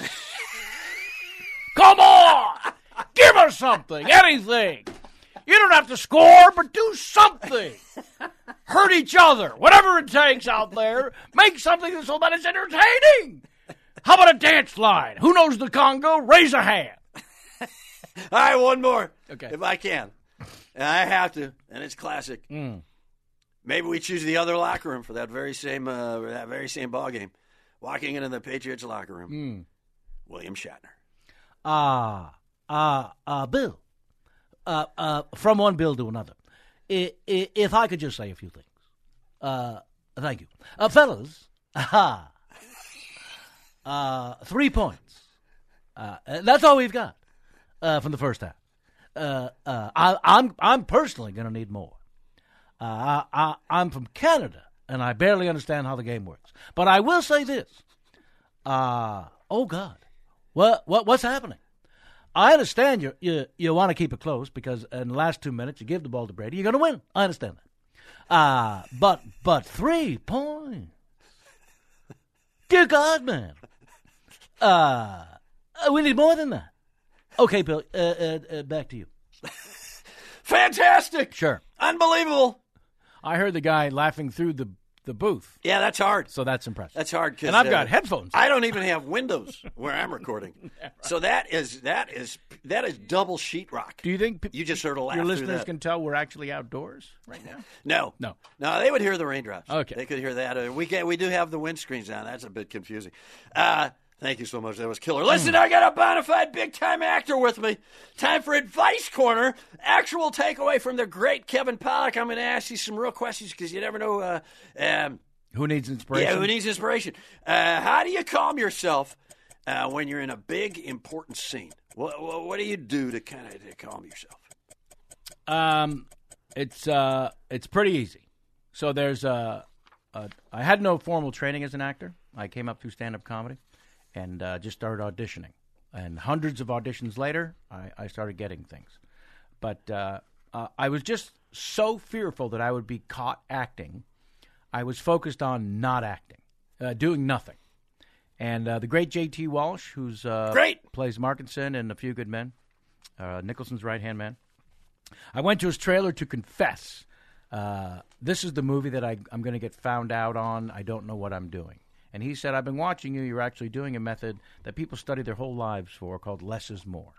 [SPEAKER 4] Come on! Give us something, anything. You don't have to score, but do something. Hurt each other, whatever it takes out there. Make something so that it's entertaining. How about a dance line? Who knows the Congo? Raise a hand.
[SPEAKER 3] All right, one more.
[SPEAKER 4] Okay.
[SPEAKER 3] If I can. And I have to, and it's classic.
[SPEAKER 4] Hmm.
[SPEAKER 3] Maybe we choose the other locker room for that very same uh, that very same ball game. Walking into the Patriots locker room,
[SPEAKER 4] Hmm.
[SPEAKER 3] William Shatner.
[SPEAKER 4] Ah, ah, ah, Bill. Uh, uh, from one bill to another. I, I, if I could just say a few things. Uh, thank you. Uh, fellas, aha. Uh, three points. Uh, uh, that's all we've got uh, from the first half. Uh, uh, I, I'm, I'm personally going to need more. Uh, I, I, I'm from Canada, and I barely understand how the game works. But I will say this. Uh, oh, God. What, what what's happening?
[SPEAKER 5] I understand you you, you want to keep it close because in the last two minutes you give the ball to Brady, you're going to win. I understand that. Uh, but but three points, dear God, man, uh, we need more than that. Okay, Bill, uh, uh, uh, back to you.
[SPEAKER 3] Fantastic.
[SPEAKER 5] Sure.
[SPEAKER 3] Unbelievable.
[SPEAKER 4] I heard the guy laughing through the the booth,
[SPEAKER 3] Yeah, that's hard.
[SPEAKER 4] so that's impressive.
[SPEAKER 3] That's hard. 'cause,
[SPEAKER 4] and I've
[SPEAKER 3] uh,
[SPEAKER 4] got headphones.
[SPEAKER 3] I don't even have windows where I'm recording. So that is that is that is double sheetrock.
[SPEAKER 4] Do you think pe-
[SPEAKER 3] You just sort of laugh
[SPEAKER 4] your
[SPEAKER 3] through
[SPEAKER 4] listeners
[SPEAKER 3] that.
[SPEAKER 4] can tell we're actually outdoors right now?
[SPEAKER 3] No,
[SPEAKER 4] No.
[SPEAKER 3] no. They would hear the raindrops.
[SPEAKER 4] Okay.
[SPEAKER 3] they could hear that. Uh, We get, we do have the windscreens on. That's a bit confusing. Uh, thank you so much. That was killer. Listen, I got a bona fide big time actor with me. Time for advice corner. Actual takeaway from the great Kevin Pollock. I'm going to ask you some real questions because you never know. Uh, um,
[SPEAKER 4] Who needs inspiration?
[SPEAKER 3] yeah, who needs inspiration? Uh, how do you calm yourself uh, when you're in a big important scene? What, what, what do you do to kind of to calm yourself?
[SPEAKER 4] Um, it's uh, it's pretty easy. So there's uh, uh, I had no formal training as an actor. I came up through stand-up comedy, and uh, just started auditioning. And hundreds of auditions later, I, I started getting things. But uh, uh, I was just so fearful that I would be caught acting. I was focused on not acting, uh, doing nothing. And uh, the great J.T. Walsh, who's uh,
[SPEAKER 3] Great.
[SPEAKER 4] plays Markinson in A Few Good Men, uh, Nicholson's right hand man. I went to his trailer to confess. Uh, this is the movie that I, I'm going to get found out on. I don't know what I'm doing. And he said, I've been watching you. You're actually doing a method that people study their whole lives for called less is more.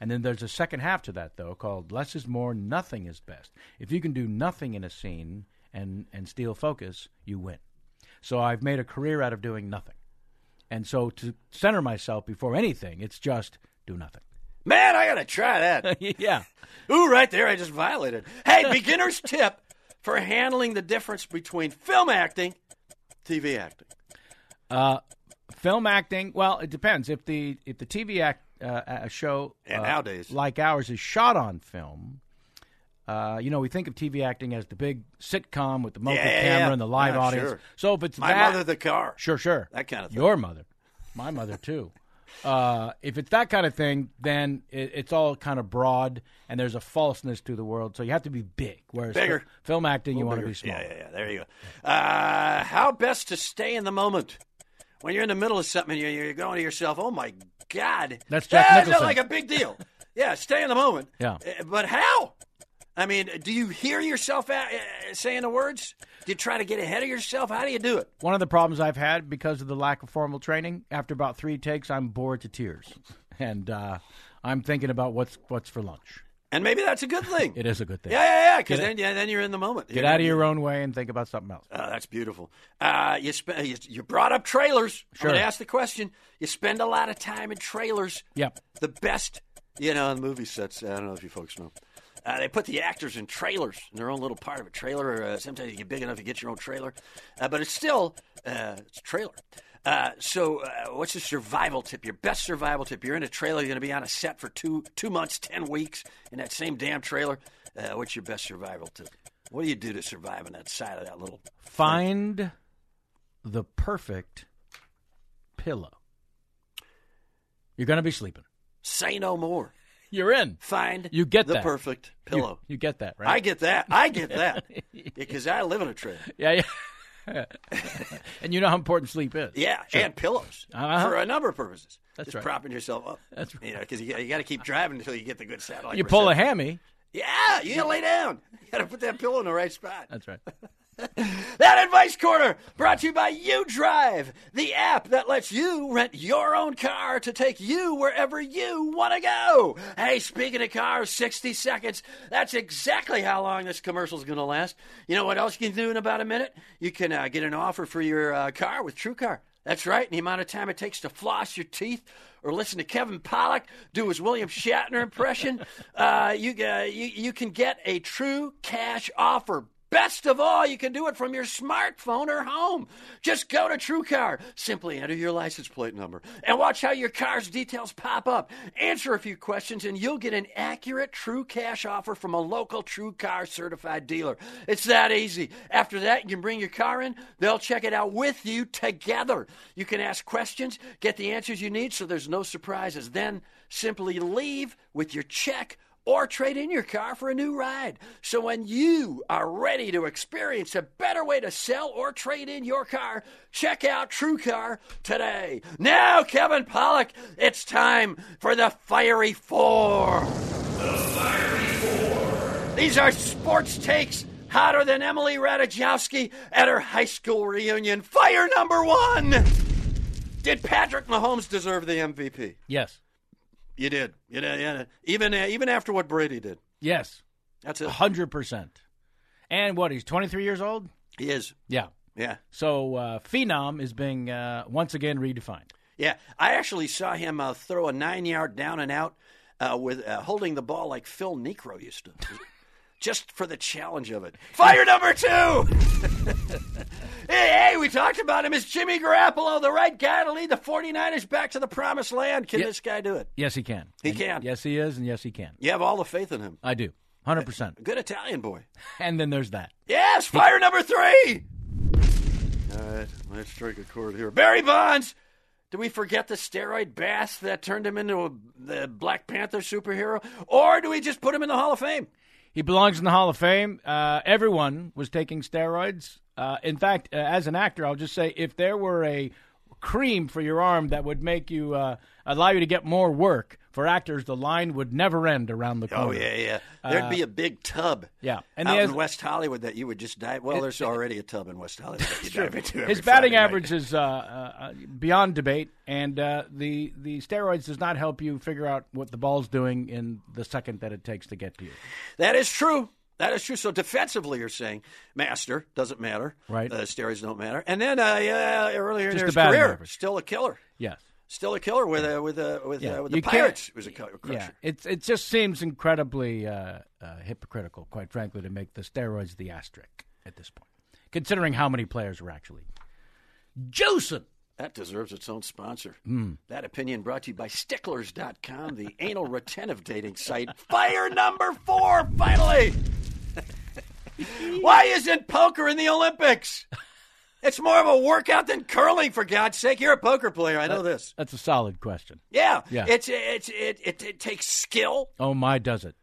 [SPEAKER 4] And then there's a second half to that, though, called less is more, nothing is best. If you can do nothing in a scene and, and steal focus, you win. So I've made a career out of doing nothing. And so to center myself before anything, it's just do nothing.
[SPEAKER 3] Man, I got to try that.
[SPEAKER 4] yeah.
[SPEAKER 3] Ooh, right there, I just violated. Hey, beginner's tip for handling the difference between film acting, TV acting.
[SPEAKER 4] film acting well it depends if the if the tv act uh, a show
[SPEAKER 3] And
[SPEAKER 4] uh,
[SPEAKER 3] nowadays.
[SPEAKER 4] like ours is shot on film uh, you know we think of tv acting as the big sitcom with the multi
[SPEAKER 3] yeah,
[SPEAKER 4] camera
[SPEAKER 3] yeah.
[SPEAKER 4] and the live
[SPEAKER 3] Yeah,
[SPEAKER 4] audience
[SPEAKER 3] sure.
[SPEAKER 4] so if it's
[SPEAKER 3] My
[SPEAKER 4] that,
[SPEAKER 3] mother, the car.
[SPEAKER 4] sure sure
[SPEAKER 3] That kind of thing.
[SPEAKER 4] your mother my mother too uh, if it's that kind of thing then it, it's all kind of broad and there's a falseness to the world so you have to be big whereas
[SPEAKER 3] Bigger.
[SPEAKER 4] fi- film acting you want to be small
[SPEAKER 3] Yeah, yeah, yeah. There you go. Uh, how best to stay in the moment when you're in the middle of something? You're, you're going to yourself, "Oh my God,
[SPEAKER 4] That's Jack
[SPEAKER 3] Ah,
[SPEAKER 4] Nicholson.
[SPEAKER 3] like a big deal." yeah, stay in the moment.
[SPEAKER 4] Yeah.
[SPEAKER 3] Uh, but how? I mean, do you hear yourself out, uh, saying the words? Do you try to get ahead of yourself? How do you do it?
[SPEAKER 4] One of the problems I've had because of the lack of formal training, after about three takes, I'm bored to tears, and uh, I'm thinking about what's what's for lunch.
[SPEAKER 3] And maybe that's a good thing.
[SPEAKER 4] It is a good thing.
[SPEAKER 3] Yeah, yeah, yeah. Because then, yeah, then you're in the moment.
[SPEAKER 4] Get out of your own way and think about something else.
[SPEAKER 3] Oh, that's beautiful. Uh, you, sp- you you brought up trailers. I'm
[SPEAKER 4] Sure.
[SPEAKER 3] going to ask the question. You spend a lot of time in trailers.
[SPEAKER 4] Yep.
[SPEAKER 3] The best, you know, in movie sets. I don't know if you folks know. Uh, they put the actors in trailers in their own little part of a trailer. Uh, sometimes you get big enough, you get your own trailer, uh, but it's still uh, it's a trailer. Uh, so, uh, what's your survival tip? Your best survival tip? You're in a trailer. You're going to be on a set for two two months, ten weeks in that same damn trailer. Uh, what's your best survival tip? What do you do to survive on that side of that little
[SPEAKER 4] Find the perfect pillow. You're going to be sleeping.
[SPEAKER 3] Say no more.
[SPEAKER 4] You're in.
[SPEAKER 3] Find
[SPEAKER 4] You get
[SPEAKER 3] the
[SPEAKER 4] that.
[SPEAKER 3] perfect
[SPEAKER 4] You-
[SPEAKER 3] pillow.
[SPEAKER 4] You, get that right?
[SPEAKER 3] I get that. I get that because I live in a trailer.
[SPEAKER 4] yeah, yeah. and you know how important sleep is.
[SPEAKER 3] Yeah, and pillows
[SPEAKER 4] Uh-huh.
[SPEAKER 3] for a number of purposes.
[SPEAKER 4] That's
[SPEAKER 3] Just
[SPEAKER 4] right.
[SPEAKER 3] propping yourself up.
[SPEAKER 4] That's
[SPEAKER 3] You know, because you, got to keep driving until you get the good satellite.
[SPEAKER 4] You pull a
[SPEAKER 3] reception.
[SPEAKER 4] hammy.
[SPEAKER 3] Yeah, you gotta lay down. You gotta put that pillow in the right spot.
[SPEAKER 4] That's right.
[SPEAKER 3] That Advice Corner brought to you by UDrive, the app that lets you rent your own car to take you wherever you want to go. Hey, speaking of cars, 60 seconds. That's exactly how long this commercial is going to last. You know what else you can do in about a minute? You can uh, get an offer for your uh, car with TrueCar. That's right, and the amount of time it takes to floss your teeth or listen to Kevin Pollock do his William Shatner impression, uh, you, uh, you, you can get a true cash offer. Best of all, you can do it from your smartphone or home. Just go to TrueCar. Simply enter your license plate number and watch how your car's details pop up. Answer a few questions and you'll get an accurate true cash offer from a local TrueCar certified dealer. It's that easy. After that, you can bring your car in. They'll check it out with you together. You can ask questions, get the answers you need so there's no surprises. Then Simply leave with your check or trade in your car for a new ride. So when you are ready to experience a better way to sell or trade in your car, check out TrueCar today. Now, Kevin Pollock, it's time for the Fiery Four. The Fiery Four. These are sports takes hotter than Emily Ratajkowski at her high school reunion. Fire number one. Did Patrick Mahomes deserve the MVP?
[SPEAKER 4] Yes.
[SPEAKER 3] You did. You did. You did. Even uh, even after what Brady did.
[SPEAKER 4] Yes.
[SPEAKER 3] That's it.
[SPEAKER 4] hundred percent. And what he's twenty three years old.
[SPEAKER 3] He is.
[SPEAKER 4] Yeah.
[SPEAKER 3] Yeah.
[SPEAKER 4] So uh, phenom is being uh, once again redefined.
[SPEAKER 3] Yeah. I actually saw him uh, throw a nine yard down and out uh, with uh, holding the ball like Phil Necro used to. Just for the challenge of it. Fire number two! hey, hey, we talked about him as Jimmy Garoppolo, the right guy to lead the 49ers back to the promised land. Can this guy do it?
[SPEAKER 4] Yes, he can.
[SPEAKER 3] He
[SPEAKER 4] And
[SPEAKER 3] can.
[SPEAKER 4] Yes, he is, and yes, he can.
[SPEAKER 3] You have all the faith in him.
[SPEAKER 4] I do. Hundred percent.
[SPEAKER 3] Good Italian boy.
[SPEAKER 4] And then there's that.
[SPEAKER 3] Yes, fire number three. All right, let's strike a chord here. Barry Bonds. Did we forget the steroid bass that turned him into a the Black Panther superhero, or do we just put him in the Hall of Fame?
[SPEAKER 4] He belongs in the Hall of Fame. Uh, everyone was taking steroids. Uh, in fact, uh, as an actor, I'll just say if there were a cream for your arm that would make you uh, allow you to get more work for actors, the line would never end around the corner.
[SPEAKER 3] Oh yeah, yeah. There'd be a big tub.
[SPEAKER 4] Uh, yeah.
[SPEAKER 3] and
[SPEAKER 4] And he
[SPEAKER 3] out
[SPEAKER 4] has-
[SPEAKER 3] in West Hollywood that you would just dive. Well, there's already a tub in West Hollywood that you dive into. every
[SPEAKER 4] His batting
[SPEAKER 3] Friday night.
[SPEAKER 4] average is uh, uh, beyond debate, and uh, the the steroids does not help you figure out what the ball's doing in the second that it takes to get to you.
[SPEAKER 3] That is true. That is true. So defensively, you're saying master doesn't matter.
[SPEAKER 4] Right.
[SPEAKER 3] Uh, steroids don't matter. And then uh, yeah, earlier in
[SPEAKER 4] Just
[SPEAKER 3] his
[SPEAKER 4] the batting
[SPEAKER 3] career,
[SPEAKER 4] average.
[SPEAKER 3] still a killer.
[SPEAKER 4] Yes.
[SPEAKER 3] Still a killer with uh, with uh, with,
[SPEAKER 4] Yeah.
[SPEAKER 3] uh, with the
[SPEAKER 4] You can't-
[SPEAKER 3] Pirates. It was a cu- crusher.
[SPEAKER 4] Yeah, it's it just seems incredibly uh, uh, hypocritical, quite frankly, to make the steroids the asterisk at this point, considering how many players were actually juicing.
[SPEAKER 3] That deserves its own sponsor.
[SPEAKER 4] Hmm.
[SPEAKER 3] That opinion brought to you by Sticklers.com, the anal retentive dating site. Fire number four, finally! Why isn't poker in the Olympics? It's more of a workout than curling, for God's sake. You're a poker player. I know this.
[SPEAKER 4] That's a solid question.
[SPEAKER 3] Yeah,
[SPEAKER 4] Uh, Yeah.
[SPEAKER 3] It's it's it it, it takes skill,
[SPEAKER 4] Oh my, does it?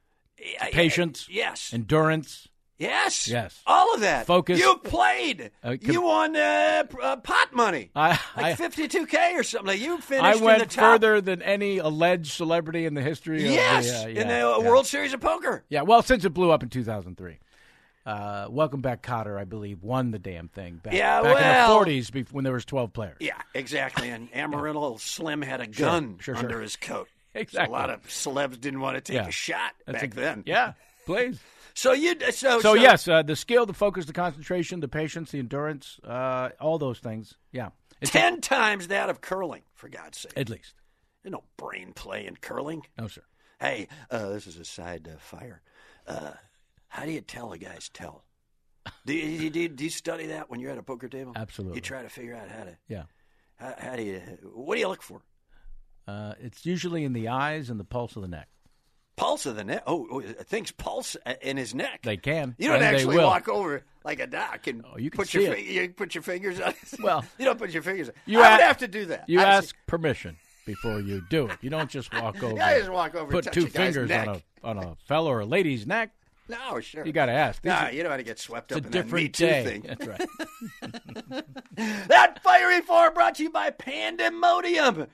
[SPEAKER 3] I- I-
[SPEAKER 4] Patience.
[SPEAKER 3] yes,
[SPEAKER 4] Endurance.
[SPEAKER 3] yes,
[SPEAKER 4] Yes.
[SPEAKER 3] all of that.
[SPEAKER 4] Focus.
[SPEAKER 3] You played.
[SPEAKER 4] Uh, com-
[SPEAKER 3] you won uh, p- uh, pot money,
[SPEAKER 4] I
[SPEAKER 3] like
[SPEAKER 4] I,
[SPEAKER 3] fifty two k or something. Like you finished
[SPEAKER 4] I
[SPEAKER 3] in
[SPEAKER 4] went
[SPEAKER 3] the top.
[SPEAKER 4] further than any alleged celebrity in the history.
[SPEAKER 3] Yes,
[SPEAKER 4] of the, uh,
[SPEAKER 3] in the
[SPEAKER 4] yeah,
[SPEAKER 3] uh,
[SPEAKER 4] yeah.
[SPEAKER 3] World Series of Poker.
[SPEAKER 4] Yeah, well, since it blew up in 2003. Uh, welcome back, Cotter. I believe won the damn thing back,
[SPEAKER 3] Yeah,
[SPEAKER 4] back
[SPEAKER 3] well-
[SPEAKER 4] in the 40s bef- when there was 12 players.
[SPEAKER 3] Yeah, exactly. And Amarillo Slim had a gun
[SPEAKER 4] sure,
[SPEAKER 3] under
[SPEAKER 4] sure.
[SPEAKER 3] his coat.
[SPEAKER 4] Exactly.
[SPEAKER 3] A lot of celebs didn't want to take
[SPEAKER 4] Yeah.
[SPEAKER 3] a shot
[SPEAKER 4] That's
[SPEAKER 3] back
[SPEAKER 4] a-
[SPEAKER 3] then.
[SPEAKER 4] Yeah, please.
[SPEAKER 3] So you so
[SPEAKER 4] So, yes, uh, the skill, the focus, the concentration, the patience, the endurance, uh, all those things. Yeah, it's
[SPEAKER 3] ten times that of curling. For God's sake,
[SPEAKER 4] at least.
[SPEAKER 3] There's no brain play in curling.
[SPEAKER 4] No, sir.
[SPEAKER 3] Hey, uh, this is a side uh, fire. Uh, how do you tell a guy's tell? Do you, do, you, do you study that when you're at a poker table?
[SPEAKER 4] Absolutely.
[SPEAKER 3] You try to figure out how to
[SPEAKER 4] Yeah,
[SPEAKER 3] how, how do you what do you look for?
[SPEAKER 4] uh, it's usually in the eyes and the pulse of the neck.
[SPEAKER 3] Pulse of the neck. Oh, oh, things pulse uh, in his neck.
[SPEAKER 4] They can.
[SPEAKER 3] You don't
[SPEAKER 4] and they
[SPEAKER 3] actually
[SPEAKER 4] will. Oh,
[SPEAKER 3] walk over like a doc and
[SPEAKER 4] you can
[SPEAKER 3] put
[SPEAKER 4] see
[SPEAKER 3] your
[SPEAKER 4] it.
[SPEAKER 3] fi- you put your fingers on. his-
[SPEAKER 4] Well,
[SPEAKER 3] you don't put your fingers. On.
[SPEAKER 4] you
[SPEAKER 3] I would
[SPEAKER 4] a-
[SPEAKER 3] have to do that.
[SPEAKER 4] You
[SPEAKER 3] I'd
[SPEAKER 4] ask
[SPEAKER 3] say-
[SPEAKER 4] permission before you do it. You don't just walk over.
[SPEAKER 3] I just walk over. and
[SPEAKER 4] put
[SPEAKER 3] touch
[SPEAKER 4] two
[SPEAKER 3] a guy's
[SPEAKER 4] fingers
[SPEAKER 3] neck.
[SPEAKER 4] on a on a fella or a lady's neck.
[SPEAKER 3] No, sure.
[SPEAKER 4] You got to ask. These
[SPEAKER 3] Nah,
[SPEAKER 4] are-
[SPEAKER 3] you don't want to get swept
[SPEAKER 4] it's
[SPEAKER 3] up
[SPEAKER 4] a
[SPEAKER 3] in that Me
[SPEAKER 4] different
[SPEAKER 3] Too
[SPEAKER 4] day.
[SPEAKER 3] thing.
[SPEAKER 4] That's right.
[SPEAKER 3] That fiery four brought to you by Pandemodium.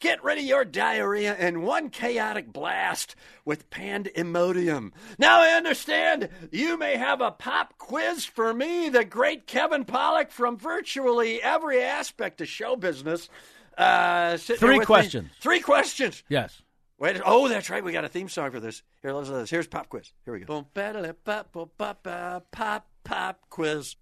[SPEAKER 3] Get rid of your diarrhea in one chaotic blast with Pandemodium. Now I understand you may have a pop quiz for me, the great Kevin Pollock from virtually every aspect of show business. Uh, sitting here
[SPEAKER 4] Three
[SPEAKER 3] with me.
[SPEAKER 4] questions.
[SPEAKER 3] Three questions.
[SPEAKER 4] Yes.
[SPEAKER 3] Wait. Oh, that's right. We got a theme song for this. Here, let's this. Here's pop quiz. Here we go. Boom, ba-da-da, pop, pop, pop, pop, pop, pop quiz.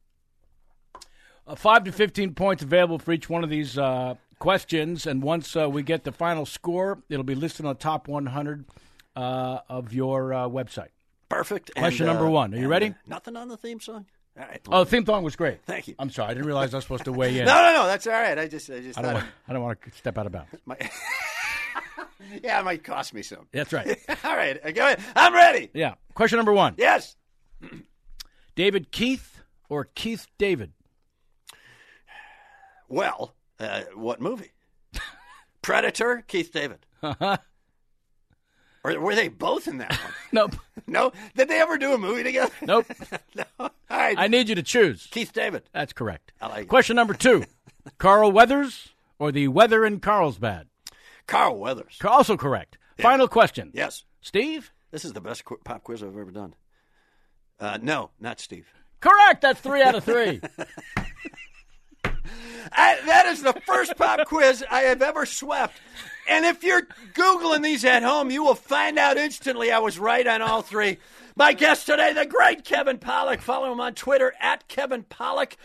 [SPEAKER 4] Uh, five to 15 points available for each one of these uh, questions. And once uh, we get the final score, it'll be listed on the top 100 uh, of your uh, website.
[SPEAKER 3] Perfect. And,
[SPEAKER 4] Question number one. Are you
[SPEAKER 3] and,
[SPEAKER 4] ready?
[SPEAKER 3] uh, nothing on the theme song. All right.
[SPEAKER 4] Oh, the theme song was great.
[SPEAKER 3] Thank you.
[SPEAKER 4] I'm sorry. I didn't realize I was supposed to weigh in.
[SPEAKER 3] no, no, no. That's all right. I just, I just
[SPEAKER 4] I,
[SPEAKER 3] thought
[SPEAKER 4] don't want, I don't want to step out of bounds.
[SPEAKER 3] my, yeah, it might cost me some.
[SPEAKER 4] That's right.
[SPEAKER 3] all right. uh, Go ahead. I'm ready.
[SPEAKER 4] Yeah. Question number one
[SPEAKER 3] Yes.
[SPEAKER 4] David Keith or Keith David?
[SPEAKER 3] Well, uh, what movie? Predator. Keith David. Or were they both in that one?
[SPEAKER 4] Nope.
[SPEAKER 3] no? Did they ever do a movie together?
[SPEAKER 4] Nope.
[SPEAKER 3] no. All right.
[SPEAKER 4] I need you to choose.
[SPEAKER 3] Keith David.
[SPEAKER 4] That's correct.
[SPEAKER 3] I like it.
[SPEAKER 4] Question number two Carl Weathers or the weather in Carlsbad?
[SPEAKER 3] Carl Weathers.
[SPEAKER 4] Ca- Also correct. Final question.
[SPEAKER 3] yes.
[SPEAKER 4] Steve?
[SPEAKER 3] This is the best qu- pop quiz I've ever done. Uh, no, not Steve.
[SPEAKER 4] Correct. That's three out of three.
[SPEAKER 3] I, that is the first pop quiz I have ever swept. And if you're Googling these at home, you will find out instantly I was right on all three. My guest today, the great Kevin Pollock. Follow him on Twitter at Kevin Pollock.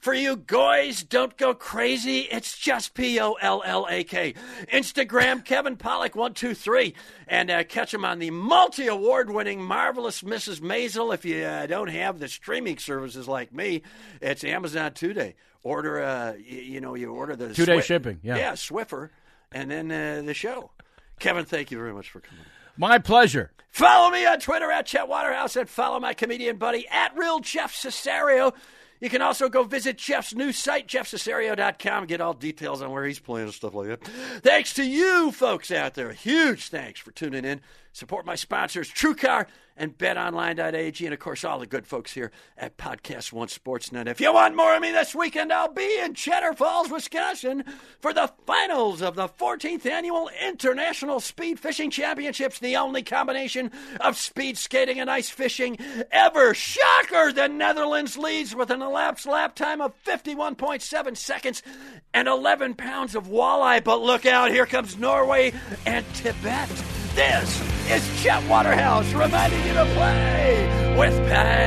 [SPEAKER 3] For you guys, don't go crazy. It's just P O L L A K. Instagram, Kevin Pollock123. And uh, catch him on the multi award winning Marvelous Mrs. Maisel. If you uh, don't have the streaming services like me, it's Amazon Today. Order, uh, y- you know, you order the
[SPEAKER 4] Two-day shipping, yeah.
[SPEAKER 3] Yeah, Swiffer. And then uh, the show. Kevin, thank you very much for coming.
[SPEAKER 4] My pleasure.
[SPEAKER 3] Follow me on Twitter at Chet Waterhouse and follow my comedian buddy at Real Jeff Cesario. You can also go visit Jeff's new site, jeffcesario.com, and get all details on where he's playing and stuff like that. Thanks to you folks out there. Huge thanks for tuning in. Support my sponsors, TrueCar and betonline.ag, and of course, all the good folks here at Podcast One Sportsnet. If you want more of me this weekend, I'll be in Cheddar Falls, Wisconsin for the finals of the 14th annual International Speed Fishing Championships, the only combination of speed skating and ice fishing ever. Shocker! The Netherlands leads with an elapsed lap time of 51.7 seconds and 11 pounds of walleye. But look out, here comes Norway and Tibet. This is Chet Waterhouse reminding you to play with pain.